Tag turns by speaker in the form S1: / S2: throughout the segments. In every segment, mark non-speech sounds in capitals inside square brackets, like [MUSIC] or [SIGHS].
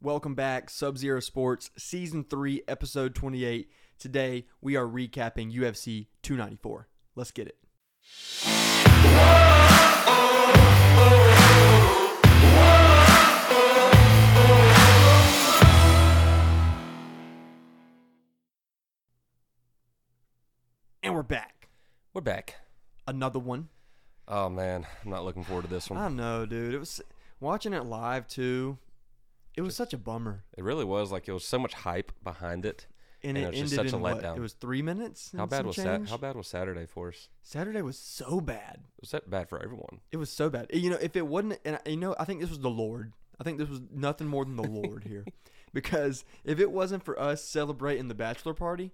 S1: Welcome back, Sub Zero Sports, Season 3, Episode 28. Today, we are recapping UFC 294. Let's get it. And we're back.
S2: We're back.
S1: Another one.
S2: Oh man, I'm not looking forward to this one.
S1: I know, dude. It was watching it live too. It was such a bummer.
S2: It really was like it was so much hype behind it.
S1: and,
S2: And
S1: it,
S2: it was
S1: ended
S2: just such
S1: in
S2: a
S1: what?
S2: letdown.
S1: It was three minutes.
S2: How
S1: and
S2: bad
S1: some
S2: was
S1: change?
S2: that? How bad was Saturday for us?
S1: Saturday was so bad.
S2: Was that bad for everyone?
S1: It was so bad. You know, if it wasn't, and you know, I think this was the Lord. I think this was nothing more than the Lord
S2: [LAUGHS]
S1: here, because if it wasn't for us celebrating the bachelor party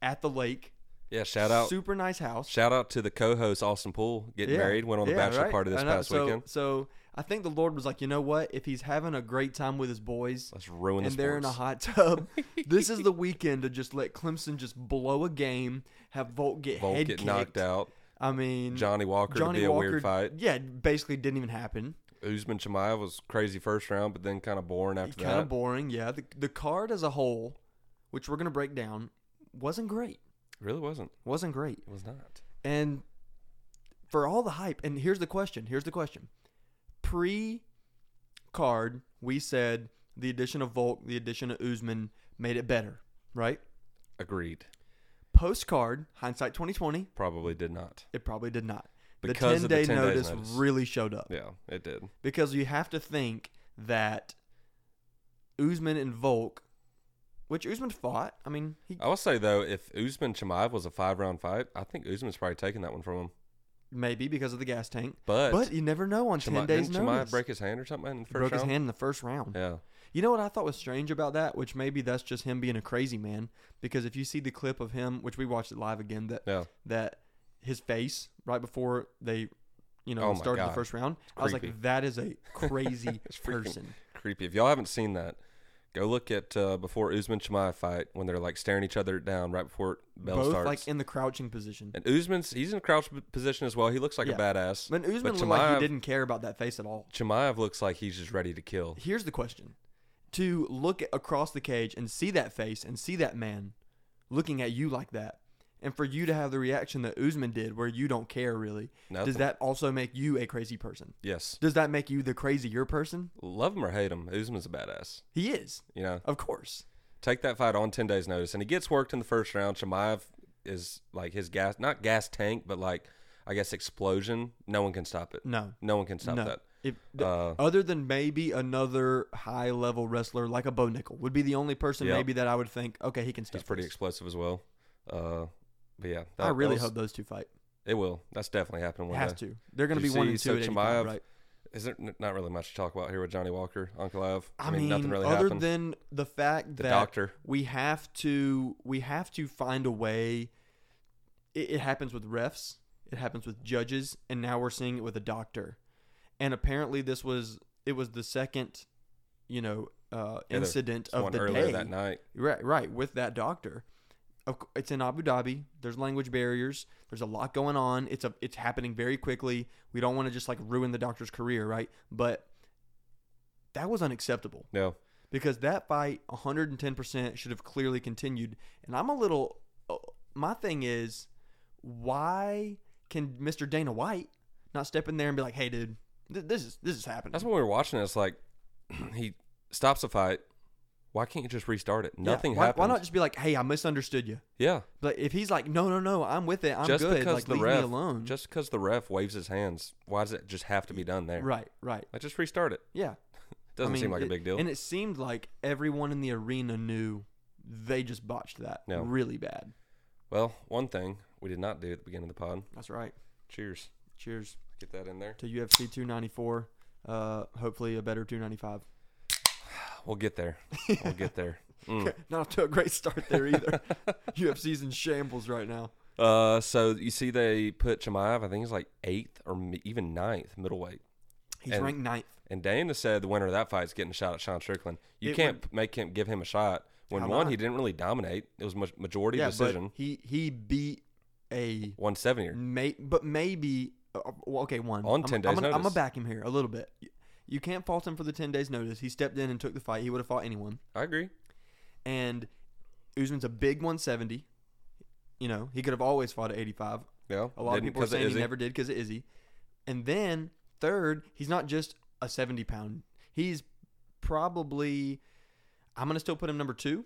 S1: at the lake,
S2: Yeah, shout out,
S1: super nice house,
S2: shout out to the co-host Austin Poole getting
S1: Yeah,
S2: married. Went on the
S1: yeah,
S2: bachelor
S1: right?
S2: party this
S1: I know.
S2: past
S1: so,
S2: weekend.
S1: So I think the Lord was like, you know what? If he's having a great time with his boys,
S2: Let's ruin
S1: and
S2: the
S1: they're in a
S2: sports.
S1: hot
S2: [LAUGHS]
S1: tub. this is the weekend to just let Clemson just blow a game, have Volt get
S2: Volk
S1: head
S2: get
S1: kicked.
S2: knocked out.
S1: I mean,
S2: Johnny Walker
S1: Johnny
S2: to be a
S1: Walker,
S2: weird fight.
S1: yeah, basically didn't even happen.
S2: Usman Chimaev was crazy first round, but then kind of boring after
S1: Kind
S2: that.
S1: of boring, yeah. The, the card as a whole, which we're gonna break down, wasn't great.
S2: really wasn't.
S1: Wasn't great.
S2: It was not.
S1: And for all the hype, and here's the question. Here's the question. Pre card, we said the addition of Volk, the addition of Usman made it better, right?
S2: Agreed.
S1: Post card, hindsight 2020,
S2: Probably did not.
S1: it probably did not.
S2: Because
S1: the 10
S2: of the
S1: day
S2: 10 days
S1: notice,
S2: notice.
S1: really showed up.
S2: Yeah, it did.
S1: because you have to think that Usman and Volk, which Usman fought. I mean, he
S2: I will say though, if Usman Chimaev was a five round fight, I think Usman's probably taking that one from him.
S1: maybe because of the gas tank,
S2: But
S1: but you never know on
S2: Chima-
S1: ten days
S2: didn't Chimaev
S1: notice.
S2: break his hand or something in the first
S1: Broke his
S2: round?
S1: hand in the first round.
S2: Yeah,
S1: You know what I thought was strange about that, which maybe that's just him being a crazy man. Because if you see the clip of him, which we watched it live again, that
S2: yeah.
S1: that his face right before they, you know,
S2: Oh my
S1: started the
S2: God.
S1: first round, I was
S2: creepy.
S1: like, that is
S2: [LAUGHS]
S1: a crazy
S2: It's freaking-
S1: person.
S2: Creepy. If y'all haven't seen that, go look at uh, before Usman Chimaev fight when they're like staring each other down right before bell
S1: Both
S2: starts.
S1: like in the crouching position.
S2: and Usman's he's in crouch p- position as well. He looks like
S1: Yeah.
S2: a badass.
S1: When Usman
S2: but
S1: looked like he
S2: Chimaev-
S1: didn't care about that face at all.
S2: Chimaev looks like he's just ready to kill.
S1: Here's the question: To look across the cage and see that face and see that man looking at you like that, and for you to have the reaction that Usman did, where you don't care really,
S2: Nothing.
S1: does that also make you a crazy person?
S2: Yes,
S1: Does that make you the crazier person?
S2: love him or hate him, Usman's a badass.
S1: He is,
S2: You know,
S1: of course.
S2: take that fight on ten days notice, and he gets worked in the first round. Chimaev is like his gas, not gas tank, but like I guess explosion. No one can stop it.
S1: No,
S2: No one can stop
S1: no. Oh,
S2: that.
S1: If, th-
S2: Uh,
S1: other than maybe another high level wrestler like a Bo Nickel would be the only person
S2: Yep.
S1: maybe that I would think, okay, he can
S2: He's
S1: stop.
S2: pretty
S1: this.
S2: explosive as well. Uh, but yeah, that-
S1: I
S2: that
S1: really
S2: was-
S1: hope those two fight.
S2: it will. That's definitely happening one
S1: Has
S2: day.
S1: to. They're going to
S2: Did
S1: be
S2: you
S1: one
S2: see-
S1: and
S2: so
S1: two at any time,
S2: Chimaev-
S1: right?
S2: Is there n- not really much to talk about here with Johnny Walker, Uncle Ev?
S1: I, mean,
S2: nothing really
S1: other
S2: happened.
S1: than the fact
S2: the
S1: that
S2: doctor,
S1: we have to we have to find a way. It, it happens with refs, it happens with judges, and now we're seeing it with a doctor. And apparently, this was it was the second, you know, uh,
S2: Yeah, there's
S1: incident
S2: one
S1: of the
S2: earlier
S1: day.
S2: that night.
S1: Right, right, with that doctor. Of cou- It's in Abu Dhabi. There's language barriers. There's a lot going on. It's a it's happening very quickly. We don't want to just like ruin the doctor's career, right? But that was unacceptable
S2: No,
S1: because that fight 110% should have clearly continued. And I'm a little uh, my thing is why can Mr. Dana White not step in there and be like, "Hey dude, th- this is this is happening."
S2: that's when we were watching. it, It's like [CLEARS THROAT] he stops the fight. Why can't you just restart it?
S1: Yeah,
S2: Nothing
S1: why,
S2: happens.
S1: Why not just be like, "Hey, I misunderstood you."
S2: Yeah,
S1: But if he's like, no, no, no, I'm with it. I'm
S2: just
S1: good.
S2: because
S1: like,
S2: the
S1: leave
S2: ref,
S1: me alone.
S2: just because the ref waves his hands, why does it just have to be done there?
S1: right, right.
S2: Like just restart it.
S1: Yeah. I
S2: Doesn't
S1: mean,
S2: seem like
S1: it-
S2: a big deal.
S1: And it seemed like everyone in the arena knew they just botched that
S2: No.
S1: really bad.
S2: well, one thing we did not do at the beginning of the pod.
S1: That's right.
S2: Cheers.
S1: Cheers
S2: Get that
S1: [SIGHS]
S2: in there.
S1: to UFC 294. Uh, hopefully a better 295.
S2: We'll get there. We'll
S1: [LAUGHS]
S2: get there. Mm.
S1: Not off to a great start there either. [LAUGHS] UFC's in shambles right now.
S2: Uh, so you see, they put Chimaev. I think he's like eighth or m- even ninth middleweight.
S1: He's
S2: And-
S1: ranked ninth.
S2: And Dana said the winner of that fight is getting a shot at Sean Strickland. You
S1: It
S2: can't p- make him give him a shot when
S1: How
S2: one
S1: not?
S2: he didn't really dominate. It was ma- majority
S1: Yeah, but
S2: decision,
S1: he he beat a
S2: one seventy.
S1: May, but maybe uh, well, okay, one
S2: On
S1: I'm-
S2: 10
S1: I'm
S2: days
S1: gonna, I'm gonna
S2: notice.
S1: back him here a little bit. You can't fault him for the 10 days notice. He stepped in and took the fight. He would have fought anyone.
S2: I agree.
S1: And Usman's a big 170. You know, he could have always fought at 85.
S2: Yeah.
S1: A lot of
S2: Didn't
S1: people are
S2: 'cause of
S1: saying he
S2: Izzy.
S1: never did because of Izzy. And then third, he's not just a seventy pound. He's probably I'm gonna still put him number two,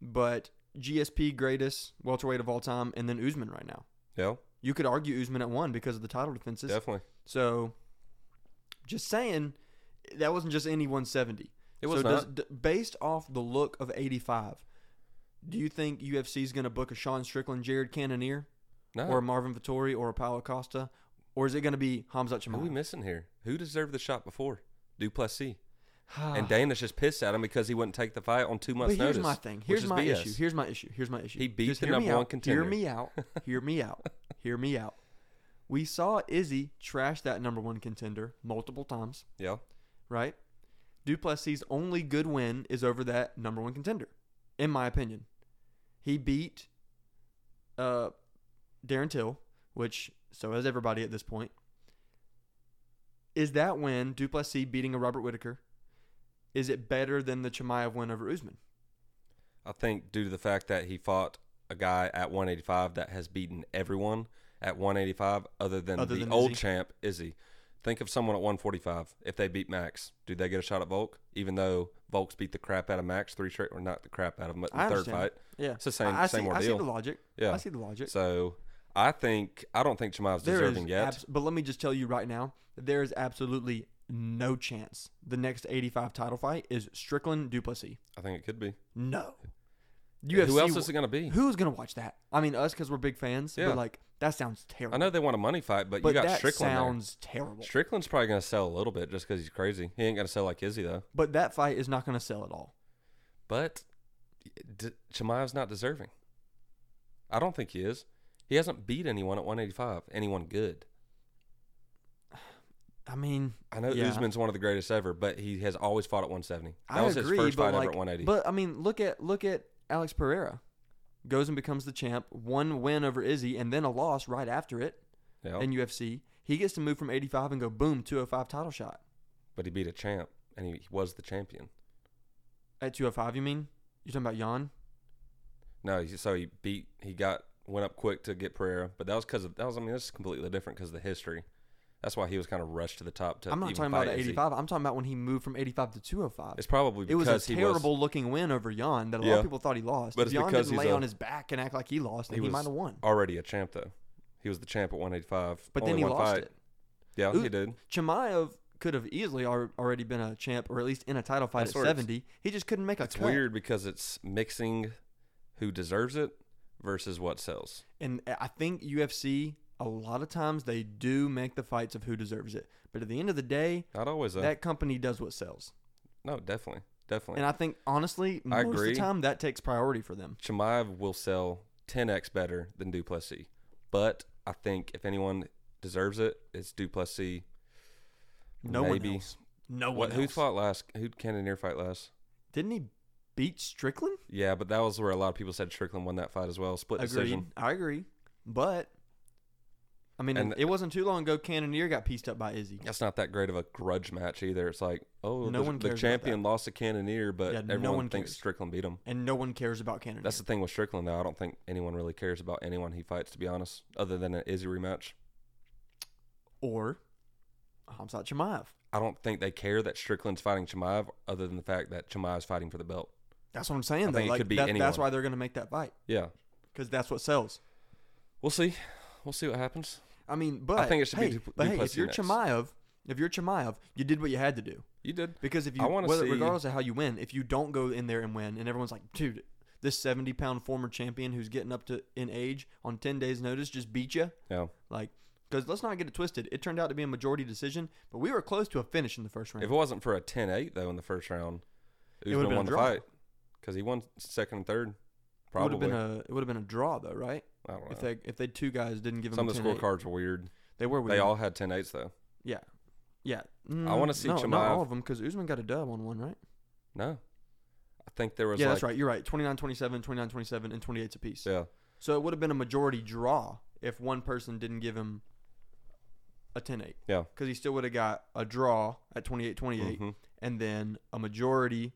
S1: but GSP greatest welterweight of all time, and then Usman right now.
S2: Yeah,
S1: You could argue Usman at one because of the title defenses.
S2: definitely.
S1: So, just saying, that wasn't just any 170.
S2: It was
S1: so does-
S2: not.
S1: d- based off the look of 85. Do you think UFC is going to book a Sean Strickland, Jared Cannonier,
S2: No.
S1: or a Marvin Vittori or a Paulo Costa, or is it going to be Hamzat
S2: Who are
S1: [SIGHS]
S2: we
S1: Chimaev?
S2: missing here? Who deserved the shot before? Duplessis. and Dana's just pissed at him because he wouldn't take the fight on two
S1: Ah. but
S2: months'
S1: here's
S2: notice.
S1: my thing.
S2: which
S1: Here's
S2: is
S1: my
S2: BS.
S1: issue. Here's my issue. Here's my issue.
S2: He beat
S1: Just
S2: the
S1: hear me
S2: number one
S1: out.
S2: contender.
S1: Hear me
S2: [LAUGHS]
S1: out. hear me out. Hear me out. We saw Izzy trash that number one contender multiple times,
S2: Yeah.
S1: right? Duplessis' only good win is over that number one contender, in my opinion. He beat uh, Darren Till, which so has everybody at this point. Is that win Duplessis beating a Robert Whitaker? Is it better than the Chimaev win over Usman?
S2: I think due to the fact that he fought a guy at 185 that has beaten everyone at 185 other than
S1: Other
S2: the
S1: than
S2: old
S1: Izzy.
S2: champ, Izzy. Think of someone at 145. If they beat Max, do they get a shot at Volk? Even though Volk's beat the crap out of Max three straight, or not the crap out of him, but the
S1: I
S2: third
S1: understand.
S2: fight.
S1: Yeah,
S2: It's the same-
S1: I, I
S2: same
S1: see, I see
S2: ordeal.
S1: the logic.
S2: Yeah.
S1: I see the logic.
S2: So I think I don't think Chimaev's
S1: There is
S2: deserving yet.
S1: abs- but let me just tell you right now, there is absolutely no chance the next 85 title fight is Strickland Duplessis.
S2: I think it could be.
S1: No. UFC,
S2: Who else is it going to be?
S1: Who's gonna watch that? I mean, us because we're big fans.
S2: Yeah.
S1: But like, that sounds terrible.
S2: I know they want a money fight, but,
S1: but
S2: you got
S1: that
S2: Strickland. there.
S1: sounds terrible.
S2: Strickland's probably going to sell a little bit just because he's crazy. He ain't going to sell like Izzy though.
S1: But that fight is not gonna sell at all.
S2: But D- Chimaev's not deserving. I don't think he is. He hasn't beat anyone at 185. Anyone good.
S1: I mean,
S2: I know
S1: Yeah.
S2: Usman's one of the greatest ever, but he has always fought at 170. That
S1: I
S2: was
S1: agree,
S2: his first
S1: but
S2: fight
S1: like,
S2: ever at 180.
S1: but I mean, look at look at Alex Pereira, goes and becomes the champ. One win over Izzy, and then a loss right after it
S2: yeah.
S1: in UFC. He gets to move from 85 and go boom 205 title shot
S2: but he beat a champ, and he, he was the champion.
S1: at 205. You mean you're talking about Jan?
S2: No, he, so he beat. He got went up quick to get Pereira, but that was because of that was. I mean, that's completely different because of the history. That's why he was kind of rushed to the top. To
S1: I'm not
S2: even
S1: talking about
S2: fight
S1: at
S2: Izzy.
S1: 85. I'm talking about when he moved from 85 to 205.
S2: It's probably
S1: It was
S2: because
S1: a
S2: he was
S1: terrible looking win over Jan that a lot
S2: Yeah.
S1: of people thought he lost.
S2: But
S1: if
S2: it's
S1: Jan
S2: because
S1: didn't
S2: he's
S1: lay
S2: a-
S1: on his back and act like he lost, then
S2: he
S1: he,
S2: was-
S1: might have won.
S2: already a champ though. He was the champ at 185.
S1: But
S2: only
S1: then he
S2: one
S1: lost
S2: fight.
S1: it.
S2: Yeah,
S1: Ooh.
S2: he did.
S1: Chimaev could have easily al- already been a champ or at least in a title fight
S2: That's
S1: at
S2: where it's-
S1: 70. He just couldn't make a
S2: It's
S1: cut.
S2: weird because it's mixing who deserves it versus what sells.
S1: And I think UFC, a lot of times they do make the fights of who deserves it. But at the end of the day,
S2: Not always though.
S1: that company does what sells.
S2: no, definitely, definitely.
S1: And I think, honestly, most
S2: I
S1: of
S2: agree.
S1: the time that takes priority for them.
S2: Chimaev will sell 10x better than Duplessis, but I think if anyone deserves it, it's Duplessis.
S1: No
S2: Maybe.
S1: one else. No one
S2: What? Who
S1: Oh, else.
S2: fought last? Who Cannoneer fight last?
S1: Didn't he beat Strickland?
S2: Yeah, but that was where a lot of people said Strickland won that fight as well. Split
S1: Agreed.
S2: decision.
S1: I agree. But I mean,
S2: And-
S1: it wasn't too long ago. Cannoneer got pieced up by Izzy.
S2: that's not that great of a grudge match either. It's like, oh,
S1: No
S2: the,
S1: one
S2: the
S1: cares about
S2: champion lost to Cannoneer, but
S1: Yeah, no
S2: everyone
S1: one
S2: thinks
S1: cares.
S2: Strickland beat him.
S1: and no one cares about Cannoneer.
S2: That's the thing with Strickland, though. I don't think anyone really cares about anyone he fights, to be honest, other than an Izzy rematch.
S1: or Hamzat Chimaev.
S2: I don't think they care that Strickland's fighting Chimaev, other than the fact that Chimaev's fighting for the belt.
S1: That's what I'm saying.
S2: I
S1: though.
S2: think it
S1: Like,
S2: could be
S1: that-
S2: anyone.
S1: That's why they're going to make that fight
S2: Yeah,
S1: because that's what sells.
S2: we'll see. We'll see what happens.
S1: I mean, but
S2: think it should be
S1: hey,
S2: Dupl-
S1: but hey, if
S2: Duplessis
S1: you're
S2: next.
S1: Chimaev, if you're Chimaev, you did what you had to do
S2: You did.
S1: because if you,
S2: I wanna
S1: whether,
S2: see-
S1: regardless of how you win, if you don't go in there and win, and everyone's like, dude, this 70 pound former champion who's getting up to in age on 10 days notice just beat you.
S2: Yeah,
S1: Like, because let's not get it twisted. It turned out to be a majority decision, but we were close to a finish in the first round.
S2: if it wasn't for a 10-8, though, in the first round,
S1: would've
S2: Usman
S1: been a
S2: won the
S1: draw.
S2: fight because he won second and third.
S1: it would have
S2: Probably.
S1: been a it would have been a draw though, right?
S2: I don't know.
S1: If they if they two guys didn't give him
S2: Some of
S1: a
S2: the
S1: 10-8.
S2: scorecards were weird.
S1: they were weird.
S2: They all had 10-8s, though.
S1: yeah, yeah.
S2: wanna
S1: Mm,
S2: see
S1: no, not
S2: Chimaev.
S1: all of them because Usman got a dub on one, right?
S2: No. I think there was
S1: Yeah,
S2: like,
S1: that's right. You're right. 29-27, 29-27, and 28 apiece.
S2: Yeah.
S1: So it would have been a majority draw if one person didn't give him a a 10-8
S2: Yeah.
S1: because he still would have got a draw at 28-28
S2: Mhm.
S1: and then a majority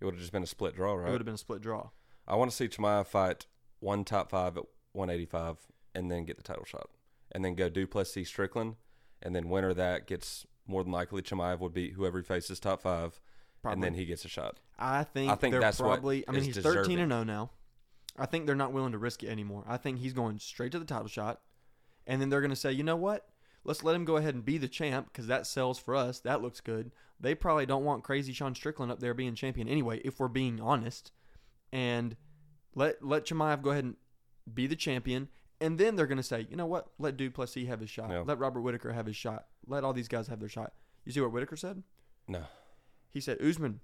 S2: It would have just been a split draw,
S1: it would
S2: right?
S1: have been a split draw.
S2: I want to see Chamayev fight one top five at 185 and then get the title shot. And then go Duplessis Strickland. And then winner of that gets more than likely Chamayev would beat whoever he faces top five.
S1: Probably.
S2: And then he gets a shot.
S1: I think
S2: I think
S1: they're
S2: that's what
S1: probably. I mean,
S2: is
S1: he's
S2: deserving.
S1: thirteen and zero now. I think they're not willing to risk it anymore. I think he's going straight to the title shot, and then they're going to say, you know what? Let's let him go ahead and be the champ because that sells for us. That looks good. They probably don't want crazy Sean Strickland up there being champion anyway, if we're being honest. And let let Chimaev go ahead and be the champion, and then they're going to say, you know what? Let Duplessis have his shot.
S2: Yeah.
S1: Let Robert Whitaker have his shot. Let all these guys have their shot. You see what Whitaker said?
S2: No.
S1: He said, Usman,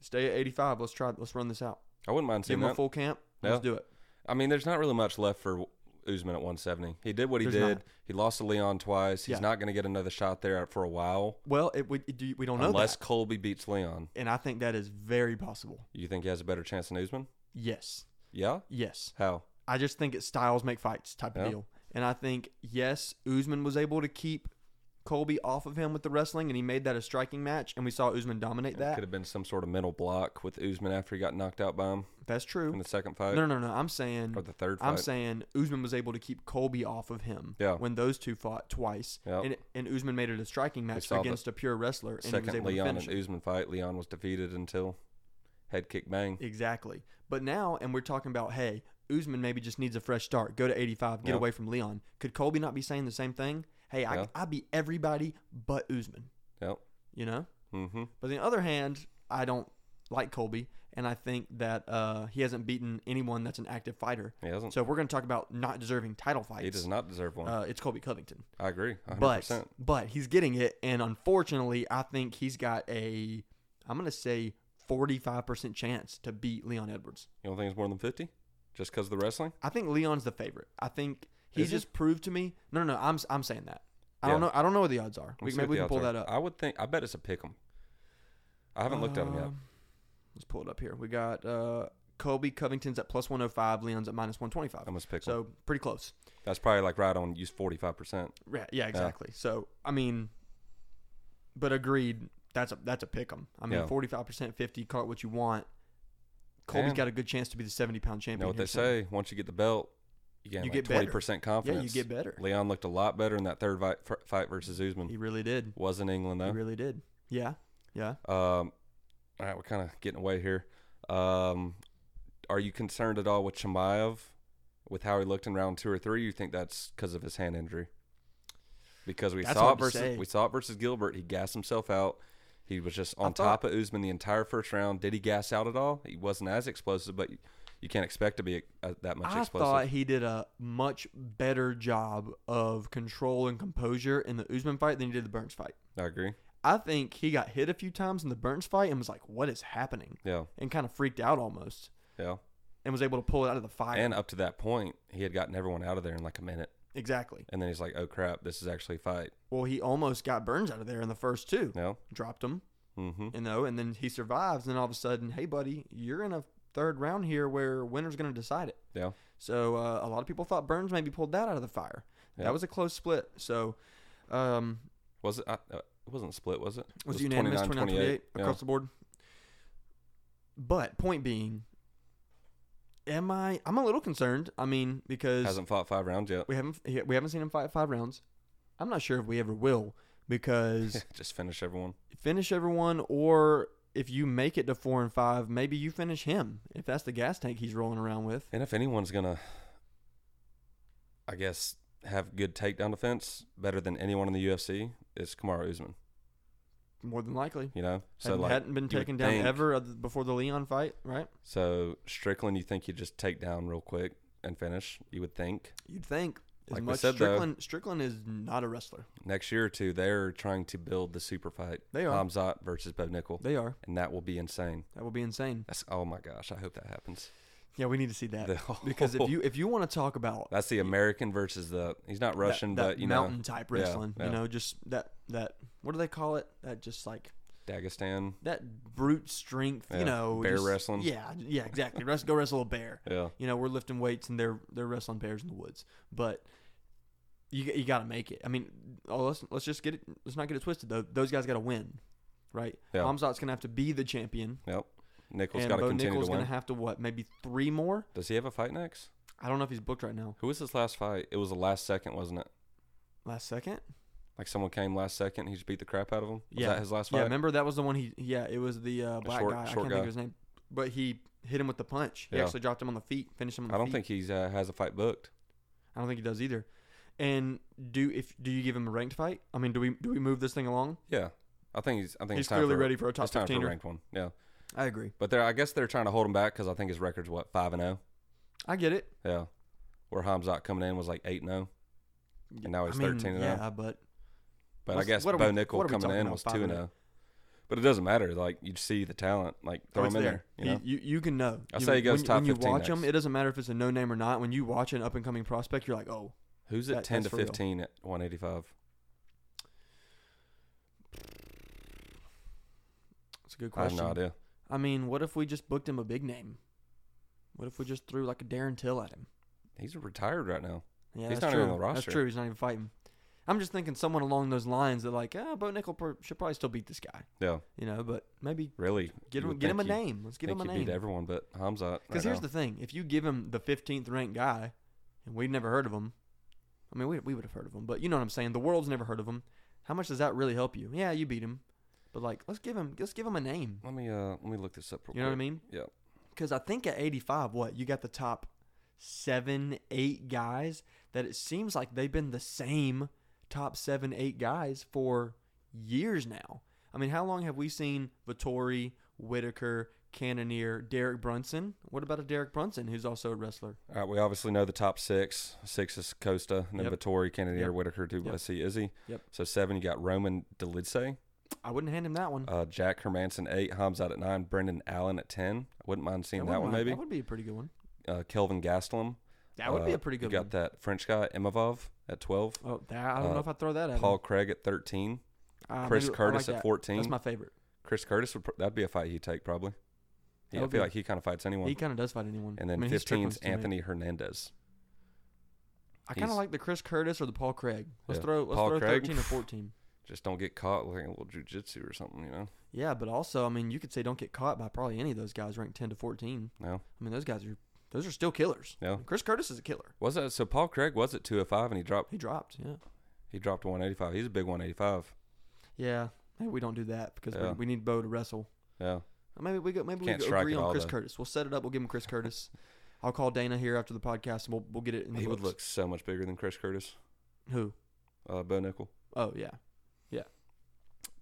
S1: stay at 85. Let's try. Let's run this out.
S2: I wouldn't mind
S1: Give
S2: seeing
S1: him a
S2: that.
S1: full camp.
S2: Yeah.
S1: Let's do it.
S2: I mean, there's not really much left for Usman at 170. He did what he
S1: There's
S2: did.
S1: not.
S2: He lost to Leon twice. He's
S1: Yeah.
S2: not going to get another shot there for a while
S1: Well, it, we, do, we don't know
S2: unless
S1: that.
S2: Colby beats Leon.
S1: And I think that is very possible.
S2: You think he has a better chance than Usman?
S1: Yes.
S2: Yeah.
S1: Yes.
S2: How?
S1: I just think it's styles make fights type of
S2: Yeah.
S1: deal. And I think, yes, Usman was able to keep Colby off of him with the wrestling, and he made that a striking match, and we saw Usman dominate
S2: Could
S1: that.
S2: have been some sort of mental block with Usman after he got knocked out by him
S1: That's
S2: in
S1: true.
S2: the second fight
S1: No, no, no. I'm saying
S2: or the third fight.
S1: I'm saying Usman was able to keep Colby off of him
S2: Yeah.
S1: when those two fought twice,
S2: Yep.
S1: and and Usman made it a striking match
S2: saw the
S1: against a pure wrestler, and he was
S2: second
S1: able to
S2: Leon
S1: finish
S2: and
S1: it.
S2: Usman fight. Leon was defeated until head kick bang.
S1: exactly. But now, and we're talking about hey, Usman maybe just needs a fresh start, go to 85, get
S2: Yeah.
S1: away from Leon. Could Colby not be saying the same thing? Hey, I,
S2: Yeah.
S1: I beat everybody but Usman.
S2: Yep.
S1: You know.
S2: Mm-hmm.
S1: But on the other hand, I don't like Colby, and I think that uh, he hasn't beaten anyone that's an active fighter.
S2: He hasn't.
S1: So if we're going to talk about not deserving title fights.
S2: he does not deserve one.
S1: Uh, it's Colby Covington.
S2: I agree. 100%.
S1: But but he's getting it, and unfortunately, I think he's got a I'm gonna say 45 percent chance to beat Leon Edwards.
S2: you don't think it's more than 50? Just because of the wrestling?
S1: I think Leon's the favorite. I think he
S2: Is he?
S1: just proved to me. No, no, no. I'm I'm saying that. I don't
S2: Yeah.
S1: know. I don't know what the odds are. We,
S2: Let's see
S1: maybe
S2: what
S1: we
S2: the
S1: can pull
S2: odds are.
S1: that up.
S2: I would think. I bet it's a pick 'em. I haven't looked at them yet.
S1: Um, Let's pull it up here. We got uh, Colby Covington's at plus 105. Leon's at minus 125.
S2: I must pick 'em.
S1: So pretty close.
S2: That's probably like right on. Use forty five percent.
S1: Yeah, yeah, exactly. So I mean, but agreed. That's a that's a pick 'em. I mean,
S2: Yeah.
S1: forty five percent, fifty. Call it what you want. Colby's
S2: Damn.
S1: got a good chance to be the seventy pound
S2: You
S1: champion.
S2: know what
S1: here
S2: they
S1: soon.
S2: say? Once you get the belt, you gain
S1: You
S2: like
S1: get better.
S2: twenty percent
S1: Yeah,
S2: confidence.
S1: you get better.
S2: Leon looked a lot better in that third vi- f- fight versus Usman.
S1: He really did.
S2: was in England
S1: He
S2: though.
S1: really did. Yeah, yeah.
S2: Um, all right, we're kind of getting away here. Um, are you concerned at all with Chimaev, with how he looked in round two or three? You think that's because of his hand injury? Because we
S1: That's
S2: saw
S1: hard
S2: it
S1: to
S2: versus
S1: say.
S2: we saw it versus Gilbert, he gassed himself out. He was just on
S1: thought-
S2: top of Usman the entire first round. Did he gas out at all? He wasn't as explosive, but you, you can't expect to be uh, that much
S1: I
S2: explosive.
S1: thought he did a much better job of control and composure in the Usman fight than he did the Burns fight.
S2: I agree.
S1: I think he got hit a few times in the Burns fight and was like, "What is happening?"
S2: Yeah,
S1: and kind of freaked out almost,
S2: yeah.
S1: and was able to pull it out of the fire.
S2: And up to that point, he had gotten everyone out of there in like a minute,
S1: exactly.
S2: and then he's like, "Oh crap, this is actually a fight."
S1: Well, he almost got Burns out of there in the first two.
S2: No.
S1: Dropped him,
S2: Mm-hmm.
S1: you know, and then he survives. And then all of a sudden, hey, buddy, you're in a third round here where winner's going to decide it.
S2: Yeah.
S1: So uh, a lot of people thought Burns maybe pulled that out of the fire.
S2: Yeah.
S1: That was a close split. So um,
S2: Was it? I, uh, it wasn't split, was it?
S1: was, it unanimous 29 28
S2: Yeah.
S1: across the board. But point being, am I? I'm a little concerned. I mean, because
S2: Hasn't fought five rounds yet.
S1: we haven't we haven't seen him fight five rounds. I'm not sure if we ever will
S2: [LAUGHS]
S1: because
S2: Just finish everyone.
S1: finish everyone, or if you make it to four and five, maybe you finish him if that's the gas tank he's rolling around with.
S2: And if anyone's gonna, I guess, have good takedown defense better than anyone in the UFC, it's Kamara Usman.
S1: More than likely,
S2: You know, so
S1: hadn't,
S2: like,
S1: hadn't been
S2: would
S1: taken down
S2: think-
S1: ever other- before the Leon fight, right?
S2: so Strickland, you think you just take down real quick and finish? You would think
S1: You'd think. As
S2: Like we
S1: much
S2: said, though-
S1: Strickland, Strickland is not a wrestler.
S2: next year or two they're trying to build the super fight.
S1: They are.
S2: Hamzat versus Bo Nickel,
S1: They are.
S2: and that will be insane.
S1: That would be insane.
S2: That's oh my gosh, I hope that happens.
S1: Yeah, we need to see that
S2: The- [LAUGHS]
S1: because if you if you want to talk about
S2: That's the American versus the. He's not
S1: that-
S2: Russian,
S1: that,
S2: but you
S1: mountain type
S2: yeah,
S1: wrestling,
S2: yeah.
S1: you know, just that that what do they call it? That just like
S2: know Dagestan.
S1: that brute strength,
S2: Yeah,
S1: you know,
S2: bear
S1: just-
S2: wrestling.
S1: Yeah, yeah, exactly. Rest, go wrestle a bear.
S2: Yeah,
S1: you know, we're lifting weights and they're they're wrestling bears in the woods. But you you got to make it. I mean, oh, let's let's just get it. Let's not get it twisted though. Those guys got to win, right?
S2: Yeah.
S1: Hamzat's gonna have to be the champion,
S2: Yep. Nichols
S1: and
S2: got to
S1: Bo
S2: continue
S1: Nickel's
S2: to
S1: gonna
S2: win.
S1: have to what? Maybe three more.
S2: Does he have a fight next?
S1: I don't know if he's booked right now.
S2: Who was his last fight? It was the last second, wasn't it?
S1: Last second.
S2: Like someone came last second, and he just beat the crap out of him. Was
S1: Yeah.
S2: that his last fight?
S1: Yeah, remember that was the one he. Yeah, it was the uh, black
S2: short-
S1: guy. I
S2: short
S1: can't
S2: guy.
S1: think of his name, but he hit him with the punch. He
S2: Yeah.
S1: actually dropped him on the feet, finished him. On the
S2: I don't
S1: feet.
S2: think he's uh, has a fight booked.
S1: I don't think he does either. And do if do you give him a ranked fight? I mean, do we do we move this thing along?
S2: Yeah, I think he's. I think
S1: He's
S2: it's time
S1: clearly
S2: for,
S1: ready for a top
S2: it's time for a
S1: fifteen.
S2: ranked one. Yeah,
S1: I agree.
S2: but they're. I guess they're trying to hold him back because I think his record's what five and zero.
S1: I get it.
S2: Yeah, where Hamzat coming in was like eight and oh. zero, and now
S1: I
S2: he's
S1: mean,
S2: thirteen and zero.
S1: Yeah, but
S2: But I
S1: What's-
S2: guess
S1: what are
S2: Bo
S1: we-
S2: Nickel
S1: what are we
S2: coming
S1: talking
S2: in
S1: about,
S2: was
S1: five
S2: two and
S1: and
S2: zero. But it doesn't matter. Like you see the talent. Like throw
S1: oh,
S2: him
S1: it's
S2: in there.
S1: there.
S2: you know?
S1: you, you can know.
S2: I
S1: You-
S2: say he
S1: when,
S2: goes
S1: you-
S2: top
S1: When you
S2: 15
S1: watch him,
S2: next.
S1: it doesn't matter if it's a no name or not. When you watch an up and coming prospect, you're like, oh,
S2: Who's at
S1: That-
S2: ten to
S1: that's for real.
S2: fifteen at one eighty five?
S1: it's a good
S2: I have
S1: question.
S2: no idea.
S1: I mean, what if we just booked him a big name? What if we just threw like a Darren Till at him?
S2: He's retired right now.
S1: Yeah,
S2: He's
S1: that's
S2: not
S1: true.
S2: even on the roster.
S1: That's true. He's not even fighting. I'm just thinking someone along those lines that like, ah, Bo Nickel pro- should probably still beat this guy,
S2: Yeah,
S1: you know. But maybe
S2: really.
S1: get
S2: You
S1: him
S2: would
S1: get him a
S2: think you-
S1: name. Let's give
S2: think
S1: him a
S2: you beat
S1: name.
S2: everyone, but Hamzat.
S1: Because here's the thing: if you give him the 15th ranked guy, and we've never heard of him, I mean, we we would have heard of him, but you know what I'm saying. The world's never heard of him. How much does that really help you? Yeah, you beat him, but like, let's give him let's give him a name.
S2: Let me uh let me look this up. Real
S1: You know what I
S2: quick.
S1: mean?
S2: Yeah.
S1: Because I think at 85, what you got the top seven, eight guys that it seems like they've been the same top seven, eight guys for years now. I mean, how long have we seen Vittori, Whitaker, Cannoneer, Derek Brunson? What about a Derek Brunson who's also a wrestler?
S2: All right, we obviously know the top six. Six is Costa, and then
S1: Yep.
S2: Vittori, Kennedy,
S1: Yep.
S2: Whitaker, Duplessis, Izzy.
S1: Yep.
S2: So seven, you got Roman Delice,
S1: I wouldn't hand him that one.
S2: uh, Jack Hermanson eight, Hamzat at nine, Brendan Allen at ten. I wouldn't mind seeing
S1: I
S2: that,
S1: wouldn't
S2: one
S1: mind-
S2: maybe.
S1: That would be a pretty good one.
S2: uh, Kelvin Gastelum.
S1: That would be
S2: Uh,
S1: a pretty good
S2: You got
S1: one.
S2: that French guy Imavov at twelve,
S1: Oh, that, I don't
S2: uh,
S1: know if I throw that at him.
S2: Paul Craig at thirteen,
S1: Uh,
S2: Chris
S1: maybe- I
S2: Curtis
S1: like
S2: at
S1: that.
S2: fourteen.
S1: That's my favorite.
S2: Chris Curtis would pr- that'd be a fight he'd take probably.
S1: That
S2: Yeah, I
S1: would
S2: feel
S1: be-
S2: like he kind of fights anyone.
S1: He kind of does fight anyone.
S2: and then
S1: I mean, he's Strickland's
S2: 15's
S1: teammate.
S2: Anthony Hernandez.
S1: I kind of
S2: He's-
S1: like the Chris Curtis or the Paul Craig. Let's
S2: Yeah.
S1: throw let's
S2: Paul
S1: throw
S2: Craig? [LAUGHS]
S1: thirteen or fourteen.
S2: Just don't get caught like a little jujitsu or something, you know?
S1: Yeah, but also I mean you could say don't get caught by probably any of those guys ranked ten to fourteen.
S2: No.
S1: I mean those guys are those are still killers.
S2: Yeah.
S1: Chris Curtis is a killer.
S2: Was that so? Paul Craig was at 205 and he dropped
S1: He dropped. Yeah.
S2: he dropped to 185. He's a big 185.
S1: Yeah. Maybe we don't do that because
S2: Yeah.
S1: we, we need Bo to wrestle.
S2: Yeah,
S1: Maybe we go. Maybe
S2: Can't
S1: we
S2: strike
S1: agree
S2: it
S1: on
S2: all,
S1: Chris
S2: though.
S1: Curtis. We'll set it up. We'll give him Chris Curtis. I'll call Dana here after the podcast and we'll we'll get it in the
S2: he would
S1: books.
S2: look so much bigger than Chris Curtis,
S1: Who?
S2: uh, Bo Nickel.
S1: Oh yeah.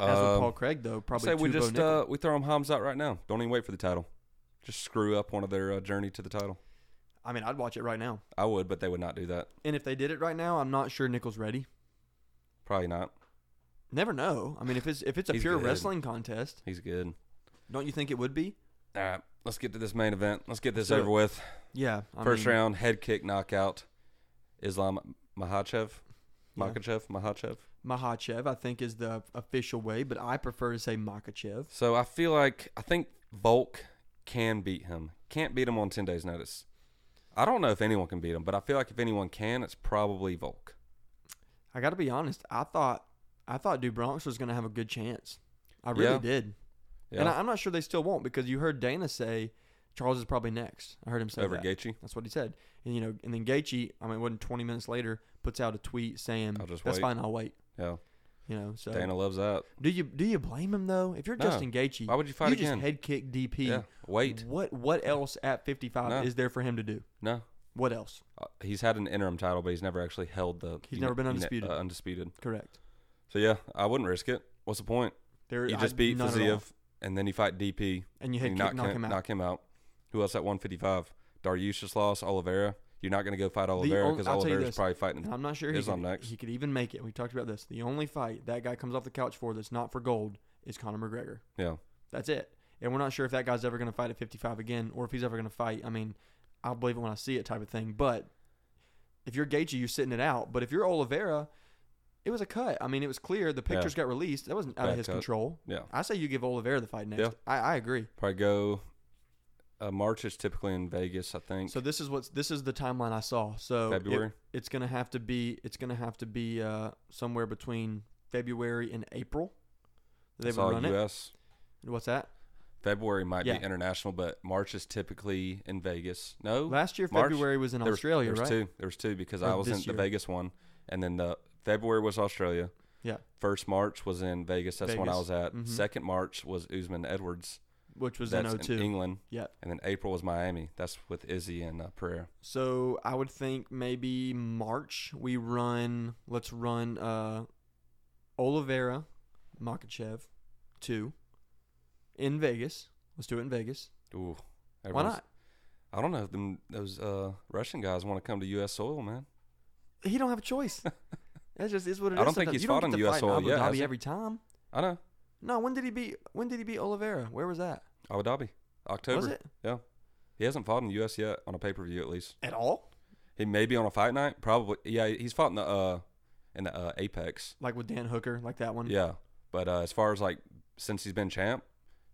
S1: As with
S2: Um,
S1: Paul Craig though, probably
S2: say we
S1: two Bo
S2: just
S1: Nickel.
S2: uh, we throw him Hams out right now. Don't even wait for the title. Just screw up one of their uh, journey to the title.
S1: I mean I'd watch it right now.
S2: I would, but they would not do that.
S1: And if they did it right now, I'm not sure Nickel's ready.
S2: Probably not.
S1: Never know. I mean, if it's if it's a
S2: He's
S1: pure
S2: good.
S1: wrestling contest,
S2: He's good.
S1: don't you think it would be?
S2: All right, let's get to this main event. Let's get this
S1: do
S2: over
S1: it.
S2: with.
S1: Yeah. I
S2: First
S1: mean,
S2: round head kick knockout. Islam Mahachev,
S1: yeah.
S2: Makachev, Mahachev.
S1: Mahachev, I think, is the official way, but I prefer to say Makachev.
S2: So I feel like I think Volk can beat him. Can't beat him on ten days' notice. I don't know if anyone can beat him, but I feel like if anyone can, it's probably Volk.
S1: I got to be honest. I thought I thought Dubronx was going to have a good chance. I really
S2: Yeah.
S1: did,
S2: Yeah,
S1: and I, I'm not sure they still won't because you heard Dana say Charles is probably next. I heard him say
S2: over
S1: that.
S2: Gaethje.
S1: That's what he said, and you know, and then Gaethje. I mean, it wasn't 20 minutes later puts out a tweet saying,
S2: I'll just
S1: "That's
S2: wait."
S1: fine, I'll wait."
S2: Yeah,
S1: You know, so
S2: Dana loves that.
S1: do you do you blame him though? If you're
S2: No.
S1: Justin Gaethje,
S2: Why would you fight
S1: you
S2: again?
S1: just head kick DP.
S2: yeah, wait.
S1: What what else at 55
S2: No.
S1: is there for him to do?
S2: No,
S1: What else?
S2: Uh, he's had an interim title, but he's never actually held the.
S1: He's never been
S2: uni-
S1: undisputed.
S2: uh, undisputed.
S1: Correct.
S2: So yeah, I wouldn't risk it. What's the point?
S1: There
S2: You
S1: I-
S2: just beat
S1: not at all.
S2: Faziev, and then you fight DP.
S1: and you
S2: and
S1: head
S2: you
S1: kick,
S2: knock,
S1: knock,
S2: him,
S1: him out.
S2: knock him out. Who else at 155? Darius just lost. Oliveira. You're not going to go fight Oliveira
S1: only-
S2: because
S1: I'll tell you
S2: Oliveira's
S1: this.
S2: probably fighting.
S1: And I'm not sure he
S2: Islam
S1: could,
S2: next.
S1: he could even make it. We talked about this. The only fight that guy comes off the couch for that's not for gold is Conor McGregor.
S2: Yeah.
S1: That's it. And we're not sure if that guy's ever going to fight at 55 again or if he's ever going to fight. I mean, I'll believe it when I see it type of thing. But if you're Gaethje, you're sitting it out. But if you're Oliveira, it was a cut. I mean, it was clear. The
S2: Yeah.
S1: pictures got released. That wasn't out
S2: Bad
S1: of his
S2: cut.
S1: control.
S2: Yeah.
S1: I say you give Oliveira the fight next.
S2: Yeah.
S1: I, I agree.
S2: Probably go. Uh, March is typically in Vegas, I think.
S1: So this is what's this is the timeline I saw. So it-
S2: February.
S1: it's gonna have to be it's gonna have to be uh, somewhere between February and April. They
S2: That's
S1: would
S2: all
S1: run it.
S2: U.S.
S1: What's that?
S2: February might
S1: Yeah.
S2: be international, but March is typically in Vegas. No,
S1: Last year
S2: March?
S1: February was in
S2: there was-
S1: Australia,
S2: there was
S1: right?
S2: Two. There was two because
S1: Or
S2: I was in
S1: this
S2: the
S1: year.
S2: Vegas one, and then the February was Australia.
S1: Yeah.
S2: First March was in Vegas. That's when I
S1: Vegas.
S2: was at.
S1: Mhm.
S2: Second March was Usman Edwards.
S1: Which was
S2: That's
S1: in 02.
S2: England.
S1: Yeah.
S2: And then April was Miami. That's with Izzy and uh, Prayer.
S1: So I would think maybe March we run. Let's run uh, Oliveira, Makachev, two, in Vegas. Let's do it in Vegas.
S2: Ooh.
S1: Why
S2: everyone's-
S1: not?
S2: I don't know. if Them those uh, Russian guys want to come to U.S. soil, man.
S1: He don't have a
S2: [LAUGHS]
S1: choice. That's just is what it is.
S2: I don't think
S1: sometimes.
S2: he's
S1: you don't
S2: fought
S1: get
S2: in
S1: to
S2: US
S1: fight
S2: soil
S1: Abu
S2: yet, has
S1: Dhabi
S2: he?
S1: every time.
S2: I know.
S1: No, when did he beat? When did he beat Oliveira? Where was that?
S2: Abu Dhabi, October.
S1: Was it
S2: He hasn't fought in the U.S. yet on a pay per view, at least.
S1: at all?
S2: He may be on a fight night, probably. Yeah, he's fought in the uh, in the uh, Apex.
S1: Like with Dan Hooker, like that one.
S2: Yeah, but uh, as far as like since he's been champ,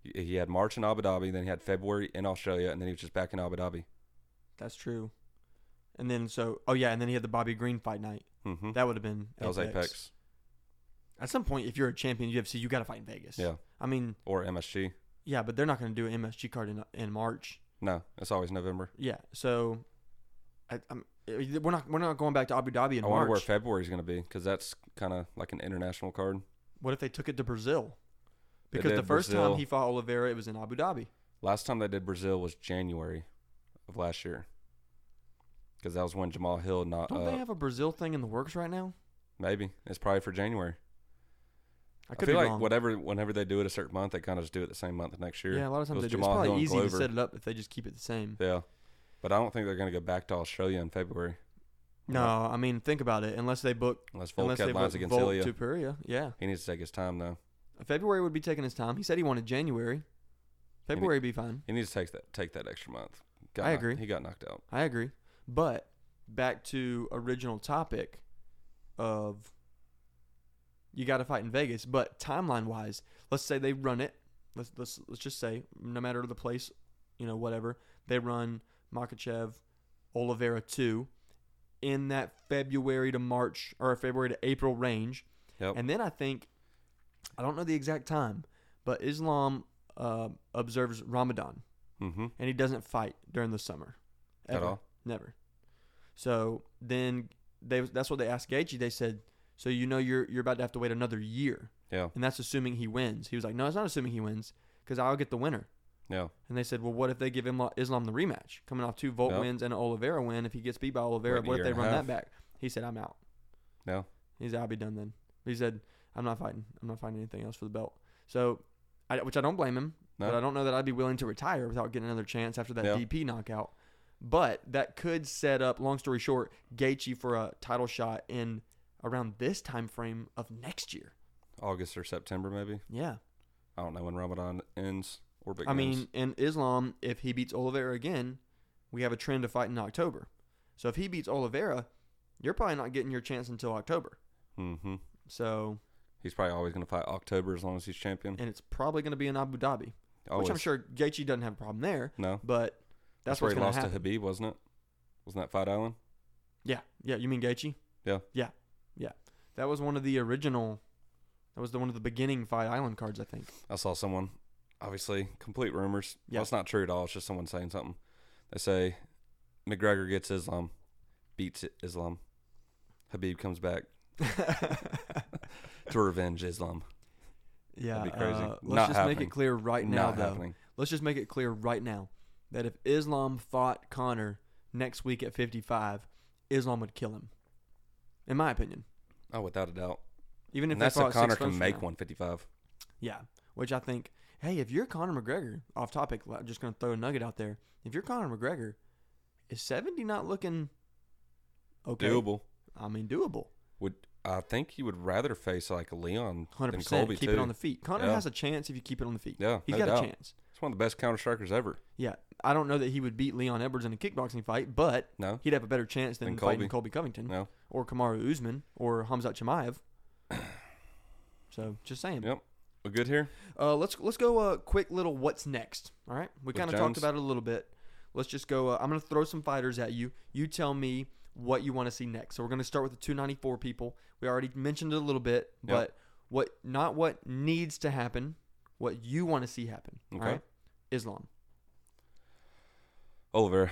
S2: he- he had March in Abu Dhabi, then he had February in Australia, and then he was just back in Abu Dhabi.
S1: that's true. And then so, oh yeah, and then he had the Bobby Green fight night.
S2: hmm That,
S1: That would have been
S2: was Apex
S1: At some point, if you're a champion UFC, you got to fight in Vegas.
S2: Yeah.
S1: I mean,
S2: or MSG.
S1: yeah, but they're not going to do an MSG card in in March.
S2: No, it's always November.
S1: Yeah, so I, I'm, we're not we're not going back to Abu Dhabi in
S2: I wonder
S1: March.
S2: where February's going to be because that's kind of like an international card.
S1: What if they took it to Brazil?
S2: They
S1: Because the
S2: did
S1: first
S2: Brazil.
S1: time he fought Oliveira, it was in Abu Dhabi.
S2: Last time they did Brazil was January of last year because that was when Jamal Hill not
S1: Don't
S2: uh,
S1: they have a Brazil thing in the works right now?
S2: maybe it's probably for January.
S1: I
S2: I,
S1: could
S2: feel
S1: be
S2: like
S1: wrong.
S2: whenever whenever they do it a certain month, they kind of just do it the same month next year.
S1: Yeah, a lot of times
S2: was
S1: they do. It's
S2: Jamal Hill
S1: probably
S2: and
S1: easy to
S2: Glover.
S1: set it up if they just keep it the same.
S2: Yeah. But I don't think they're going to go back to Australia in February.
S1: No, I mean think about it. Unless they book,
S2: Unless Volk
S1: unless they
S2: headlines
S1: book
S2: against
S1: Volk
S2: Ilya.
S1: to Pereira, yeah.
S2: He needs to take his time, though.
S1: February would be taking his time. He said he wanted January. February would be fine.
S2: He needs to take that take that extra month. Got
S1: I
S2: knocked-
S1: agree.
S2: He got knocked out.
S1: I agree. But back to original topic of you got to fight in Vegas, but timeline wise, let's say they run it. Let's let's let's just say no matter the place, you know whatever they run Makachev, Oliveira two, in that February to March or February to April range,
S2: Yep.
S1: and then I think I don't know the exact time, but Islam uh, observes Ramadan
S2: mm-hmm.
S1: and he doesn't fight during the summer
S2: At
S1: Ever.
S2: all.
S1: Never. So then they that's what they asked Gaethje. They said, "So you know you're you're about to have to wait another year."
S2: Yeah.
S1: And that's assuming he wins. He was like, "No, it's not assuming he wins because I'll get the winner."
S2: Yeah.
S1: And they said, "Well, what if they give Imla- Islam the rematch? Coming off two Volt
S2: Yep.
S1: wins and an Oliveira win, if he gets beat by Oliveira,
S2: Wait a
S1: what if
S2: year
S1: they
S2: and a
S1: run that
S2: half.
S1: back?" He said, "I'm out."
S2: No.
S1: He said, "I'll be done then." He said, "I'm not fighting. I'm not fighting anything else for the belt." So, I, which I don't blame him.
S2: No.
S1: But I don't know that I'd be willing to retire without getting another chance after that
S2: Yeah.
S1: DP knockout. But that could set up, long story short, Gaethje for a title shot in around this time frame of next year.
S2: August or September, maybe.
S1: Yeah.
S2: I don't know when Ramadan ends or begins.
S1: I mean, in Islam, if he beats Oliveira again, we have a trend to fight in October. So if he beats Oliveira, you're probably not getting your chance until October.
S2: mm-hmm.
S1: So,
S2: he's probably always going to fight October as long as he's champion.
S1: and it's probably going to be in Abu Dhabi,
S2: Hmm. Always.
S1: which I'm sure Gaethje doesn't have a problem there,
S2: No.
S1: but that's,
S2: where
S1: what's
S2: he
S1: going
S2: lost
S1: to happen.
S2: to Habib, wasn't it? Wasn't that Fight Island?
S1: Yeah, yeah. You mean Gaethje?
S2: Yeah.
S1: yeah, yeah. That was one of the original. That was the one of the beginning Fight Island cards, I think. [LAUGHS]
S2: I saw someone, obviously, complete rumors.
S1: Yeah.
S2: That's not true at all. It's just someone saying something. They say McGregor gets Islam, beats Islam. Habib comes back to revenge Islam.
S1: yeah,
S2: That'd be crazy.
S1: uh, let's
S2: Not
S1: just make
S2: happening.
S1: it clear [LAUGHS] right now,
S2: not
S1: though.
S2: happening.
S1: Let's just make it clear right now that if Islam fought Connor next week at 55, Islam would kill him. In my opinion,
S2: Oh, without a doubt.
S1: even if
S2: And
S1: they
S2: that's if
S1: fought
S2: Connor
S1: six rounds from
S2: can make
S1: now.
S2: 155.
S1: Yeah, which I think, hey, if you're Conor McGregor, off topic, I'm just going to throw a nugget out there. If you're Conor McGregor, is 70 not looking okay?
S2: Doable.
S1: I mean, doable.
S2: Would I think you would rather face like a Leon than
S1: 100%.
S2: Colby
S1: keep
S2: too?
S1: it on the feet. Conor
S2: Yeah.
S1: has a chance if you keep it on the feet.
S2: Yeah,
S1: he's
S2: no
S1: got
S2: doubt.
S1: a chance.
S2: It's one of the best counter strikers ever.
S1: Yeah. I don't know that he would beat Leon Edwards in a kickboxing fight, but
S2: No,
S1: he'd have a better chance than
S2: Than
S1: fighting Colby Covington
S2: no.
S1: or Kamaru Usman or Hamzat Chimaev. so just saying.
S2: Yep. We good here?
S1: Uh, let's let's go a quick little what's next. All right, we
S2: With
S1: kind of talked
S2: Jones?
S1: about it a little bit. Let's just go. Uh, I'm gonna throw some fighters at you. You tell me what you want to see next. So we're gonna start with the 294 people. We already mentioned it a little bit,
S2: Yep.
S1: but what not what needs to happen, what you want to see happen. All
S2: Okay.
S1: right, Islam
S2: Oliver.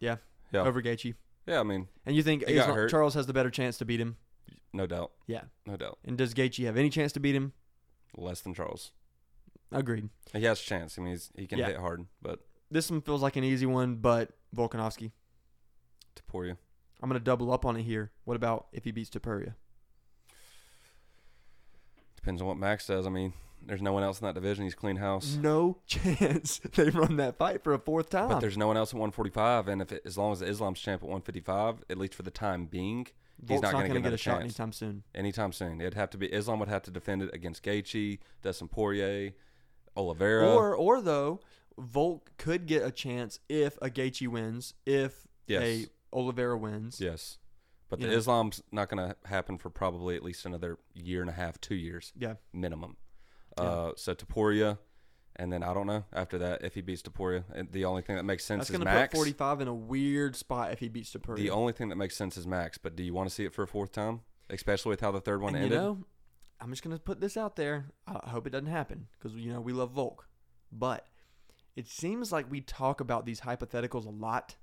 S2: Yeah.
S1: over Gaethje,
S2: Yeah, I mean,
S1: and you think
S2: He got
S1: Islam,
S2: hurt.
S1: Charles has the better chance to beat him?
S2: no doubt.
S1: Yeah.
S2: No doubt.
S1: And does Gaethje have any chance to beat him?
S2: Less than Charles.
S1: Agreed.
S2: He has a chance. I mean, he's, he can
S1: Yeah.
S2: hit hard, but
S1: This one feels like an easy one, but Volkanovski.
S2: to pour you.
S1: I'm gonna double up on it here. What about if he beats Tapuria?
S2: Depends on what Max does. I mean, there's no one else in that division. He's clean house.
S1: no [LAUGHS] chance they run that fight for a fourth time.
S2: But there's no one else at 145, and if it, as long as Islam's champ at 155, at least for the time being, he's
S1: Volk's
S2: not going to
S1: gonna
S2: get,
S1: get
S2: another
S1: a shot
S2: chance
S1: anytime soon.
S2: anytime soon. It'd have to be Islam would have to defend it against Gaethje, Dustin Poirier, Oliveira.
S1: Or or though, Volk could get a chance if a Gaethje wins, if
S2: yes,
S1: a Oliveira wins.
S2: yes. But the
S1: Yeah.
S2: Islam's not going to happen for probably at least another year and a half, two years
S1: Yeah.
S2: minimum.
S1: Yeah.
S2: Uh, so Taporia, and then I don't know after that if he beats Taporia. and The only thing that makes sense
S1: That's
S2: is
S1: gonna
S2: Max.
S1: put 45 in a weird spot if he beats Tapuria.
S2: The only thing that makes sense is Max. But do you want to see it for a fourth time, especially with how the third one
S1: and you
S2: ended?
S1: know, I'm just gonna put this out there. I I hope it doesn't happen because you know we love Volk, but it seems like we talk about these hypotheticals a lot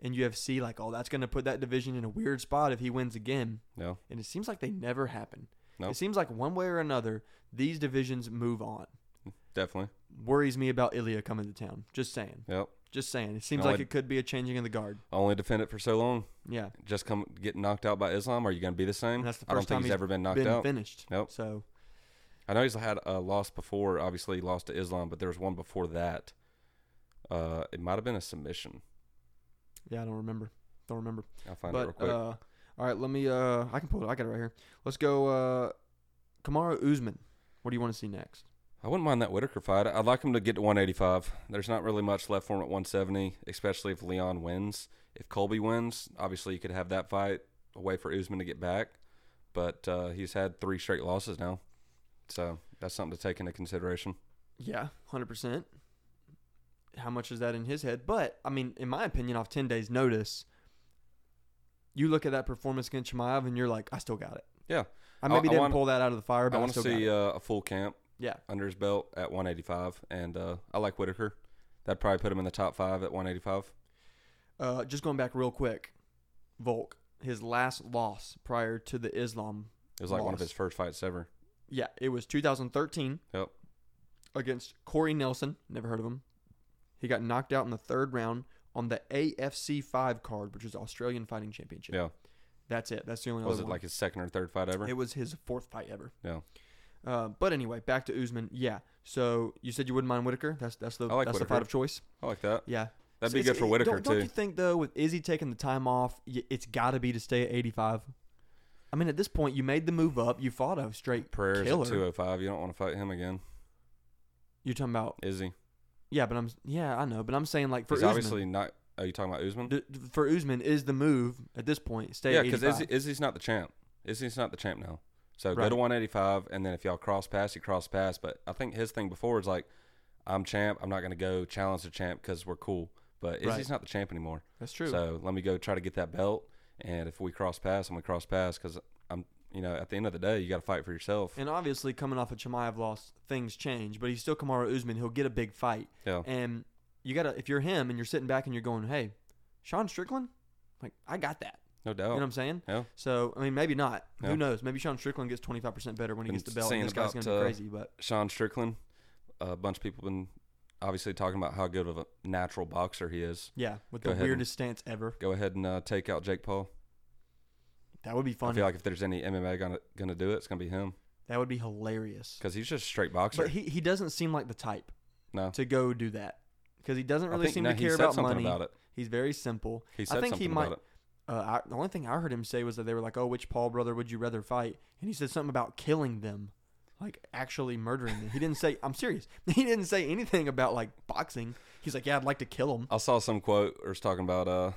S1: in UFC. Like, oh, that's gonna put that division in a weird spot if he wins again.
S2: no,
S1: and it seems like they never happen.
S2: Nope.
S1: It seems like one way or another, these divisions move on.
S2: definitely.
S1: Worries me about Ilya coming to town. Just saying.
S2: Yep.
S1: Just saying. It seems
S2: No,
S1: like
S2: I-
S1: it could be a changing in the guard.
S2: Only defend it for so long.
S1: Yeah.
S2: Just come getting knocked out by Islam. Are you going to be the same?
S1: And that's the
S2: I don't
S1: first
S2: think
S1: time
S2: he's,
S1: he's
S2: ever been knocked
S1: Been
S2: out.
S1: finished.
S2: Nope.
S1: So
S2: I know he's had a loss before. Obviously, he lost to Islam, but there was one before that. Uh, it might have been a submission.
S1: yeah, I don't remember. Don't remember.
S2: I'll find it real
S1: but
S2: quick.
S1: uh all right, let me uh I can pull it. I got it right here. Let's go uh Kamara Usman. What do you want to see next?
S2: I wouldn't mind that Whitaker fight. I'd like him to get to 185. There's not really much left for him at 170, especially if Leon wins. If Colby wins, obviously you could have that fight, a way for Usman to get back. But uh, he's had three straight losses now, so that's something to take into consideration.
S1: Yeah, 100%. How much is that in his head? But, I mean, in my opinion, off 10 days' notice, you look at that performance against Chimaev and you're like, I still got it.
S2: Yeah.
S1: I
S2: I-
S1: maybe
S2: I
S1: didn't
S2: wanna-
S1: pull that out of the fire, but
S2: I
S1: I,
S2: want to
S1: still got
S2: see
S1: it.
S2: uh, a full camp
S1: Yeah.
S2: under his belt at 185, and uh, I like Whitaker. That'd probably put him in the top five at 185.
S1: Uh, just going back real quick, Volk, his last loss prior to the Islam.
S2: It was like one of
S1: Loss.
S2: his first fights ever.
S1: Yeah, it was 2013
S2: Yep.
S1: against Corey Nelson. Never heard of him. He got knocked out in the third round on the AFC 5 card, which is Australian Fighting Championship.
S2: Yeah.
S1: That's it. That's the only
S2: Was
S1: other
S2: it
S1: one.
S2: like his second or third fight ever?
S1: It was his fourth fight ever.
S2: Yeah.
S1: Uh, but anyway, back to Usman. Yeah. So you said you wouldn't mind Whitaker. That's that's the
S2: I like
S1: that's the
S2: Whitaker.
S1: fight of choice.
S2: I like that.
S1: Yeah.
S2: That'd
S1: So
S2: be
S1: it's-
S2: good for
S1: it-
S2: Whitaker
S1: don't,
S2: too.
S1: Don't you think though, with Izzy taking the time off, y- it's got to be to stay at eighty five. I mean, at this point, you made the move up. You fought a straight
S2: Prayers
S1: killer.
S2: at 205. You don't want to fight him again,
S1: You're talking about
S2: is he?
S1: yeah, but I'm yeah, I know, but I'm saying like for
S2: he's
S1: Usman,
S2: obviously not. Are you talking about Usman?
S1: d- d- for Usman is the move at this point. Stay at
S2: yeah,
S1: eighty
S2: because
S1: five.
S2: Izzy, Izzy's not the champ. Izzy's not the champ now. So go
S1: Right.
S2: to 185, and then if y'all cross pass, you cross pass. But I think his thing before is like, I'm champ. I'm not going to go challenge the champ because we're cool. But Izzy's
S1: Right.
S2: not the champ anymore.
S1: That's true.
S2: So let me go try to get that belt. And if we cross pass, I'm going to cross pass because I'm, you know, at the end of the day, you got to fight for yourself.
S1: and obviously, coming off a Chimaev loss, things change. But he's still Kamara Usman. He'll get a big fight.
S2: yeah.
S1: And you gotta if you're him and you're sitting back and you're going, Hey, Sean Strickland? Like, I got that.
S2: No
S1: You know
S2: doubt.
S1: what I'm saying?
S2: Oh. Yeah.
S1: So I mean maybe not.
S2: Yeah.
S1: Who knows? Maybe Sean Strickland gets twenty five percent better when he
S2: Been
S1: gets the belt
S2: saying
S1: and this guy's
S2: about,
S1: gonna be
S2: uh,
S1: crazy, but
S2: Sean Strickland, a bunch of people been obviously talking about how good of a natural boxer he is.
S1: yeah, with
S2: go
S1: the
S2: ahead and-
S1: weirdest stance ever.
S2: Go ahead and uh, take out Jake Paul.
S1: That would be
S2: I
S1: funny.
S2: feel like if there's any MMA gonna gonna do it, it's gonna be him
S1: that would be hilarious.
S2: because he's just a straight boxer.
S1: But he, he doesn't seem like the type
S2: Oh, no,
S1: to go do that. Because he doesn't
S2: I
S1: really
S2: think
S1: seem
S2: no,
S1: to
S2: he
S1: care
S2: said
S1: about
S2: something
S1: money.
S2: about it.
S1: He's very simple.
S2: He said
S1: think
S2: something
S1: he might-
S2: about it.
S1: Uh, I, the only thing I heard him say was that they were like, "Oh, which Paul brother would you rather fight?" And he said something about killing them, like actually murdering them. He didn't say. I'm serious. [LAUGHS] He didn't say anything about like boxing. He's like, "Yeah, I'd like to kill him."
S2: I saw some quote or was talking about uh,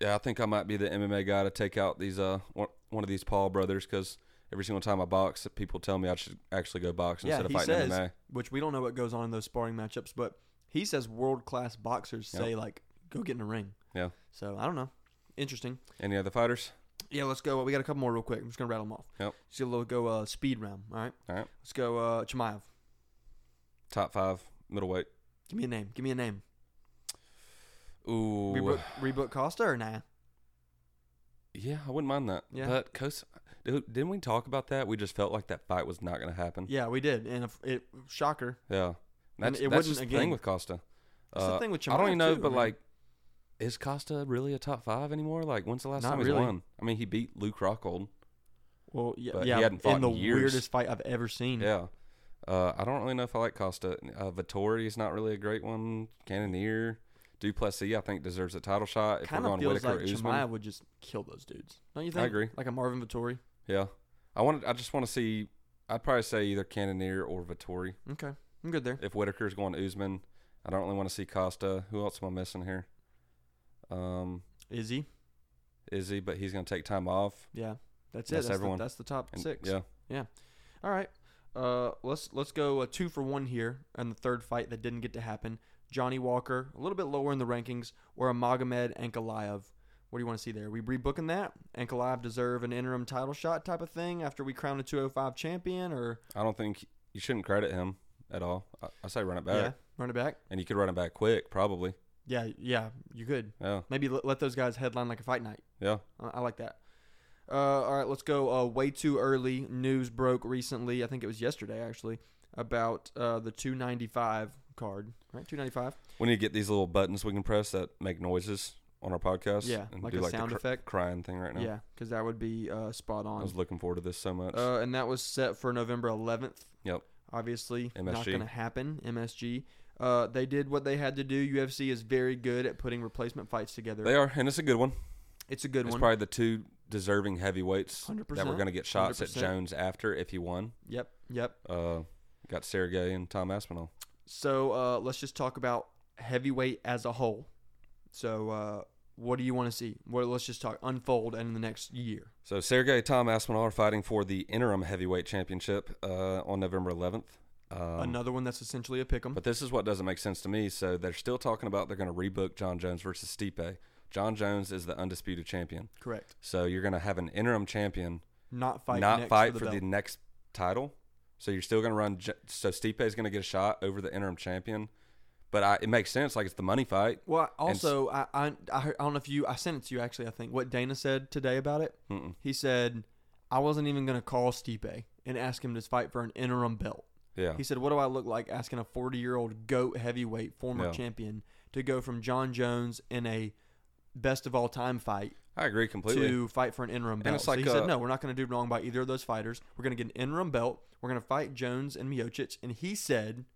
S2: yeah, I think I might be the MMA guy to take out these uh one, one of these Paul brothers because Every single time I box, people tell me I should actually go box
S1: Yeah,
S2: instead of
S1: he says
S2: fighting MMA.
S1: which we don't know what goes on in those sparring matchups, but he says world class boxers
S2: Yep.
S1: say like go get in a ring.
S2: Yeah.
S1: So I don't know. Interesting.
S2: Any other fighters?
S1: Yeah, let's go. uh, We got a couple more real quick. I'm just gonna rattle them off.
S2: Yep.
S1: Just a little go uh, speed round. All right.
S2: All right.
S1: Let's go uh, Chimaev.
S2: Top five middleweight.
S1: Give me a name. Give me a name.
S2: Ooh,
S1: Rebook, rebook Costa or nah?
S2: yeah, I wouldn't mind that.
S1: Yeah.
S2: But Costa, dude, didn't we talk about that? We just felt like that fight was not going to happen.
S1: Yeah, we did, and if it shocker.
S2: Yeah,
S1: And
S2: that's,
S1: it
S2: that's
S1: wouldn't
S2: just the
S1: again.
S2: thing with Costa.
S1: That's
S2: Uh,
S1: the thing with Chimaev.
S2: I don't even know,
S1: too,
S2: but
S1: man.
S2: like, is Costa really a top five anymore? Like, when's the last
S1: Not
S2: time he's
S1: really.
S2: won? I mean, he beat Luke Rockhold.
S1: well, yeah,
S2: but he
S1: yeah,
S2: hadn't fought
S1: in
S2: in
S1: the
S2: years.
S1: weirdest fight I've ever seen.
S2: Yeah. Uh, I don't really know if I like Costa. Uh, Vittori is not really a great one. Cannoneer. Duplessis, I think, deserves a title shot. If
S1: kind of
S2: we're going
S1: feels
S2: Whitaker
S1: like
S2: Usman.
S1: Chimaev would just kill those dudes. Don't you think?
S2: agree.
S1: Like a Marvin Vittori.
S2: Yeah. I wanted. I just want to see. I'd probably say either Cannoneer or Vittori.
S1: Okay, I'm good there.
S2: If Whitaker's going to Usman, I don't really want to see Costa. Who else am I missing here? Um,
S1: Izzy.
S2: Izzy, but he's going to take time off.
S1: Yeah, that's it.
S2: That's
S1: That's,
S2: everyone.
S1: The, that's the top
S2: And-
S1: six.
S2: Yeah.
S1: All right. Uh, let's let's go uh, two for one here, and the third fight that didn't get to happen. Johnny Walker, a little bit lower in the rankings, or a Magomed Ankalaev. What do you want to see there? We rebooking that? Ankalaev deserve an interim title shot type of thing after we crown a 205 champion, or
S2: I don't think you shouldn't credit him at all. I, I say run it back,
S1: yeah, run it back.
S2: and you could run it back quick, probably.
S1: Yeah, yeah, you could
S2: Yeah,
S1: maybe let, let those guys headline like a fight night.
S2: yeah.
S1: I, I like that. Uh, all right, let's go. Uh, way too early. News broke recently. I think it was yesterday actually about uh, the 295 card. Right, 295.
S2: We need to get these little buttons we can press that make noises on our podcast.
S1: Yeah, like a sound
S2: the cr-
S1: effect.
S2: crying thing right now.
S1: Yeah, because that would be uh, spot
S2: I
S1: on.
S2: was looking forward to this so much.
S1: Uh, and that was set for November 11th.
S2: Yep.
S1: Obviously, not
S2: MSG.
S1: going to happen. MSG. Uh, they did what they had to do. UFC is very good at putting replacement fights together.
S2: they are, and it's a good one.
S1: it's a good
S2: it's
S1: one.
S2: probably the two deserving heavyweights that
S1: 100%.
S2: were going to get shots at
S1: 100%.
S2: Jones after if he won.
S1: yep, yep.
S2: Uh, got Sergey and Tom Aspinall.
S1: So uh, let's just talk about heavyweight as a whole. So uh, what do you want to see? Well, let's just talk unfold in the next year.
S2: So Sergey, Tom Aspinall are fighting for the interim heavyweight championship uh, on November 11th. Um,
S1: Another one that's essentially a pick 'em.
S2: But this is what doesn't make sense to me. So they're still talking about they're going to rebook John Jones versus Stipe. John Jones is the undisputed champion.
S1: Correct.
S2: So you're going to have an interim champion
S1: Not fight.
S2: not
S1: next
S2: fight
S1: for
S2: for
S1: the,
S2: the
S1: belt.
S2: next title. So you're still going to run. J- So Stipe is going to get a shot over the interim champion. But I, it makes sense. Like it's the money fight.
S1: Well, I-
S2: And s-
S1: also, I, I I heard- I don't know if you I sent it to you actually. I think what Dana said today about it.
S2: Mm-mm.
S1: He said I wasn't even going to call Stipe and ask him to fight for an interim belt.
S2: Yeah.
S1: He said, "What do I look like asking a 40 year old goat heavyweight former
S2: Yeah.
S1: champion to go from John Jones in a best of all time fight
S2: I agree completely.
S1: to fight for an interim belt?"
S2: it's
S1: so
S2: like uh,
S1: he said,
S2: a-
S1: "No, we're not going to do wrong by either of those fighters. We're going to get an interim belt. We're going to fight Jones and Miocic." And he said,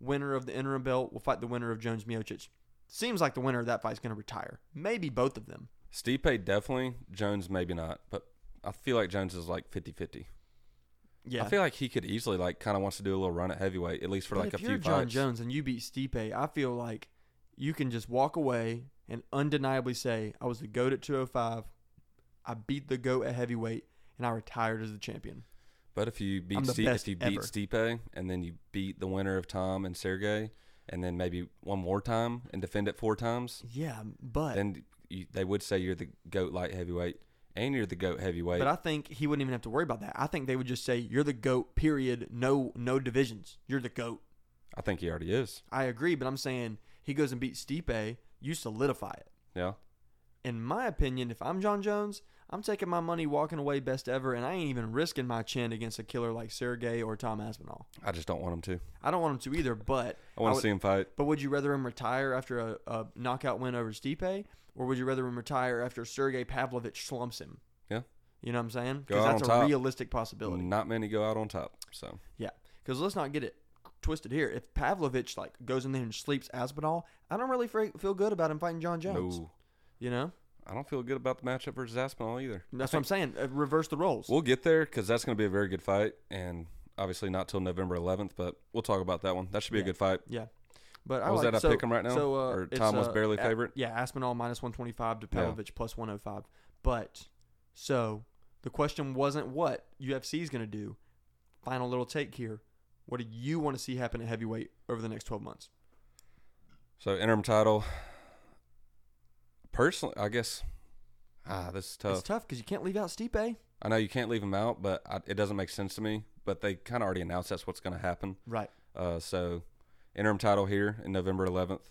S1: "Winner of the interim belt will fight the winner of Jones Miocic." Seems like the winner of that fight's going to retire. Maybe both of them.
S2: Stipe definitely. Jones maybe not. But I feel like Jones is like 50 50.
S1: Yeah.
S2: I feel like he could easily like kind of wants to do a little run at heavyweight at least for
S1: But
S2: like
S1: if
S2: a
S1: you're
S2: few
S1: John
S2: fights.
S1: Jones and you beat Stipe, I feel like you can just walk away and undeniably say, I was the GOAT at 205. I beat the GOAT at heavyweight, and I retired as the champion.
S2: But if you beat
S1: I'm the
S2: Ste-
S1: best
S2: if you beat
S1: ever.
S2: Stipe and then you beat the winner of Tom and Sergey and then maybe one more time and defend it four times,
S1: Yeah, but
S2: then you, they would say you're the goat light heavyweight and you're the goat heavyweight.
S1: but I think he wouldn't even have to worry about that. I think they would just say, You're the GOAT, period. No no divisions. You're the GOAT.
S2: I think he already is.
S1: I agree, but I'm saying he goes and beats Stipe, you solidify it.
S2: Yeah. I just don't want him to.
S1: I don't want him to either, but
S2: I
S1: I
S2: want
S1: would-
S2: to see him fight.
S1: but would you rather him retire after a, a knockout win over Stipe, or would you rather him retire after Sergey Pavlovich slumps him?
S2: Yeah.
S1: You know what I'm saying?
S2: Go
S1: Because
S2: out
S1: that's a
S2: on top.
S1: realistic possibility.
S2: Not many go out on top. So
S1: Yeah. Because let's not get it twisted here. If Pavlovich like goes in there and sleeps Aspinall, I don't really fre- feel good about him fighting John Jones.
S2: no,
S1: You know,
S2: I don't feel good about the matchup versus Aspinall either.
S1: that's what I'm saying. Uh, reverse the roles.
S2: We'll get there because that's going to be a very good fight, and obviously not till November 11th. But we'll talk about that one. That should be
S1: Yeah.
S2: a good fight.
S1: Yeah, but I
S2: What was
S1: like,
S2: that? I
S1: so,
S2: pick 'em right now?
S1: So, uh,
S2: Or
S1: it's,
S2: Tom was
S1: uh,
S2: barely
S1: A-
S2: favorite?
S1: Yeah, Aspinall minus one twenty five to
S2: Yeah.
S1: Pavlovich plus one hundred five. But so The question wasn't what UFC is going to do. Final little take here. What do you want to see happen at heavyweight over the next 12 months?
S2: So interim title. Personally, I guess. Ah, this is tough.
S1: It's tough because you can't leave out Stipe.
S2: I know you can't leave him out, but I, it doesn't make sense to me. But they kind of already announced that's what's going to happen.
S1: Right.
S2: Uh, so interim title here in November 11th.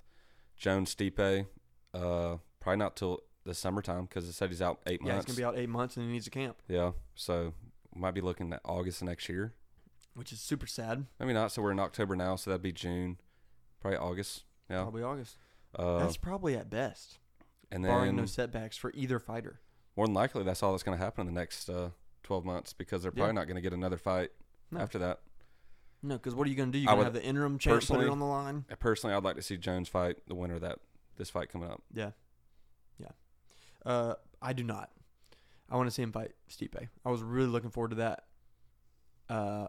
S2: Jones Stipe, uh, probably not till the summertime because it said he's out eight
S1: Yeah, he's
S2: months.
S1: going to be out eight months and he needs to camp,
S2: Yeah, so might be looking at August of next year.
S1: which is super sad.
S2: Maybe not. So we're in October now, so that'd be June, probably August. Yeah.
S1: Probably August.
S2: Uh,
S1: that's probably at best,
S2: and
S1: barring
S2: then
S1: no setbacks for either fighter.
S2: more than likely, that's all that's going to happen in the next uh, 12 months because they're probably
S1: Yeah.
S2: not going to get another fight
S1: No.
S2: after that.
S1: No, because what are you going to do? You're
S2: I
S1: going to
S2: would-
S1: have the interim champ put it
S2: personally-
S1: on the line.
S2: Uh, Personally, I'd like to see Jones fight the winner of that this fight coming up.
S1: Yeah, yeah. Uh, I do not. I want to see him fight Stipe. I was really looking forward to that. Uh,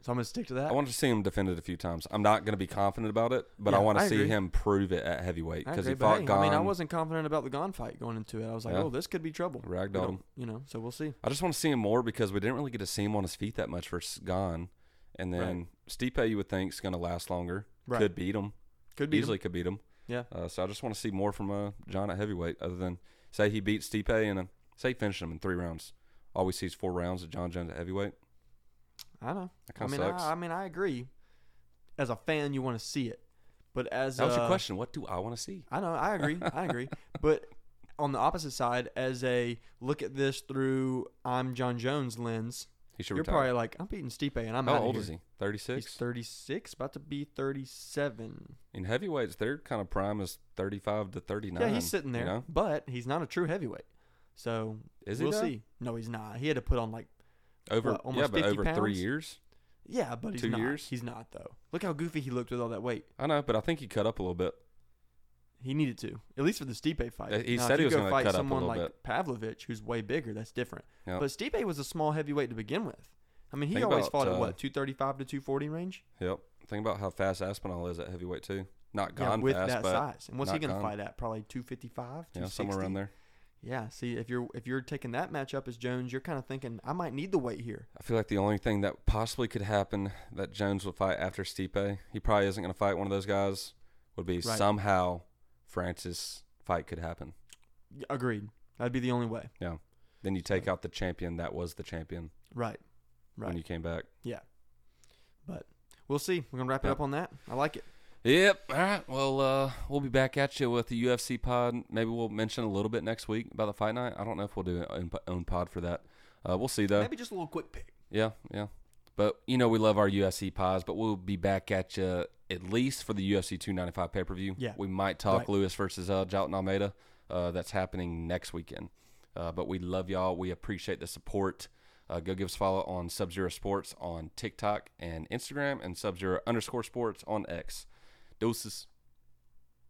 S1: so I'm going to stick to that.
S2: I wanted to see him defend it a few times. I'm not going to be confident about it, but I
S1: Yeah,
S2: want
S1: I
S2: to see
S1: agree.
S2: him prove it at heavyweight
S1: I
S2: because he
S1: agree, but
S2: fought
S1: hey,
S2: Gone,
S1: I mean, I wasn't confident about the Gon fight going into it. I was like,
S2: Yeah.
S1: oh, this could be trouble. We
S2: ragdolled
S1: don't-
S2: him.
S1: You know, so we'll see.
S2: I just want to see him more because we didn't really get to see him on his feet that much versus Gone, and then Stipe you would think is going to last longer.
S1: Right.
S2: Could beat him.
S1: Could be
S2: easily could beat him.
S1: Yeah.
S2: Uh, so I just want to see more from uh, John at heavyweight, other than say he beats Stipe and uh, say he finished him in three rounds. All we see is four rounds of John Jones at heavyweight.
S1: I know.
S2: That
S1: I
S2: kind of
S1: mean,
S2: sucks.
S1: I, I mean, I agree. As a fan, you want to see it, but as
S2: that was
S1: uh,
S2: your question. What do I want to see?
S1: I know. I agree.
S2: [LAUGHS]
S1: I agree. But on the opposite side, as a look at this through I'm John Jones lens,
S2: He should
S1: you're
S2: retire.
S1: probably like, I'm beating Stipe, and I'm
S2: How
S1: outta
S2: old
S1: here.
S2: is he? Thirty
S1: He's
S2: six.
S1: 36, about to be 37.
S2: In heavyweights, their kind of prime is thirty five to thirty nine.
S1: yeah, he's sitting there,
S2: You know?
S1: but he's not a true heavyweight. So
S2: Is he
S1: we'll
S2: though?
S1: see. No, he's not. He had to put on like,
S2: Over
S1: What, almost
S2: yeah, but
S1: 50
S2: over three
S1: pounds?
S2: years.
S1: yeah, but he's
S2: Two
S1: not.
S2: years?
S1: He's not though. Look how goofy he looked with all that weight.
S2: I know, but I think he cut up a little bit.
S1: He needed to, at least for the Stipe fight.
S2: Uh, he
S1: Now,
S2: said
S1: if
S2: he
S1: you
S2: was
S1: go
S2: gonna
S1: fight
S2: cut up a
S1: someone
S2: little
S1: like Pavlovich, who's way bigger. That's different.
S2: Yeah.
S1: But Stipe was a small heavyweight to begin with. I mean, he
S2: Think
S1: always
S2: about,
S1: fought at
S2: uh,
S1: what two thirty five to two forty range.
S2: Yep. Think about how fast Aspinall is at heavyweight too. Not
S1: Yeah,
S2: gone
S1: with
S2: fast,
S1: that
S2: but
S1: size. And what's he
S2: not
S1: going to
S2: gone.
S1: fight at? Probably two fifty five,
S2: yeah, somewhere around there.
S1: Yeah. See, if you're if you're taking that matchup as Jones, you're kind of thinking I might need the weight here.
S2: I feel like the only thing that possibly could happen that Jones would fight after Stipe, he probably isn't going to fight one of those guys, would be
S1: Right.
S2: somehow Francis fight could happen.
S1: Y- Agreed. That'd be the only way.
S2: Then you take out the champion that was the champion
S1: Right.
S2: when
S1: Right.
S2: you came back.
S1: but we'll see. We're gonna wrap it
S2: Yeah.
S1: up on that. I like it.
S2: Yep. All right. Well, uh, we'll be back at you with the UFC pod. Maybe we'll mention a little bit next week about the fight night. I don't know if we'll do an own- own pod for that. Uh, we'll see though.
S1: Maybe just a little quick pick.
S2: Yeah, yeah. But you know we love our UFC pods, but we'll be back at you at least for the UFC 295 pay per view.
S1: Yeah.
S2: we might talk
S1: Right.
S2: Lewis versus uh, Jalton Almeida. Uh, that's happening next weekend. Uh, but we love y'all. We appreciate the support. Uh, go give us a follow on Sub Zero Sports on TikTok and Instagram, and Sub Zero underscore Sports on X. Doses.